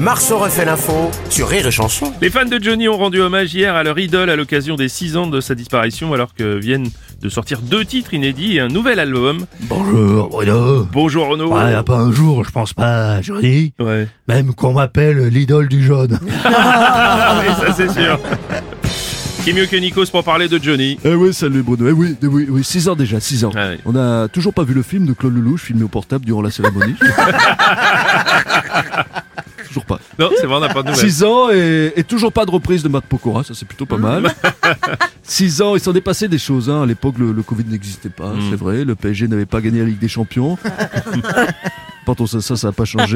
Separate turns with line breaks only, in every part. Marceau refait l'info sur Rire et Chanson.
Les fans de Johnny ont rendu hommage hier à leur idole à l'occasion des 6 ans de sa disparition alors que viennent de sortir deux titres inédits et un nouvel album.
Bonjour Bruno.
Bonjour Renaud.
Ouais, y a pas un jour, je pense pas à Johnny.
Ouais.
Même qu'on m'appelle l'idole du jaune.
Ah oui, ça c'est sûr. Qui est mieux que Nikos pour parler de Johnny
Eh oui, salut Bruno. Eh oui, eh oui, oui, 6 ans déjà, 6 ans.
Ah oui.
On a toujours pas vu le film de Claude Lelouch filmé au portable durant la cérémonie. toujours pas.
Non, c'est vrai, on n'a pas de nouvelles.
6 ans et, et toujours pas de reprise de Matt Pokora, ça c'est plutôt pas mal. 6 ans, il s'en est passé des choses. Hein. À l'époque, le, le Covid n'existait pas,
Hmm.
c'est vrai. Le PSG n'avait pas gagné la Ligue des Champions. Pardon, ça, ça, ça n'a pas changé.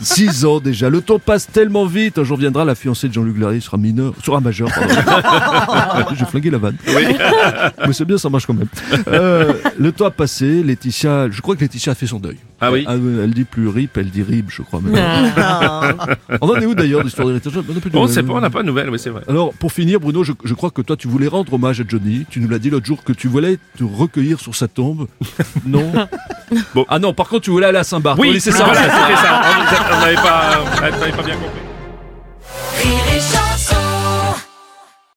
6 ans déjà. Le temps passe tellement vite. Un jour viendra, la fiancée de Jean-Luc Larry sera mineure, sera majeure. pardon. J'ai flingué la vanne. Mais c'est bien, ça marche quand même. Euh, le temps a passé, Laetitia, je crois que Laetitia a fait son deuil.
Ah oui. Ah.
Elle, elle dit plus rip, elle dit rib, je crois. maintenant. On en est où d'ailleurs, l'histoire de Laetitia On en est plus de-
On sait pas, on n'a pas de nouvelles, oui c'est vrai.
Alors, pour finir, Bruno, je, je crois que toi, tu voulais rendre hommage à Johnny. Tu nous l'as dit l'autre jour que tu voulais te recueillir sur sa tombe. Non
Bon.
Ah non, par contre, tu voulais aller à Saint-Barth.
Oui,
laissez ça.
voilà, c'était ça. On n'avait pas, on n'avait pas bien compris.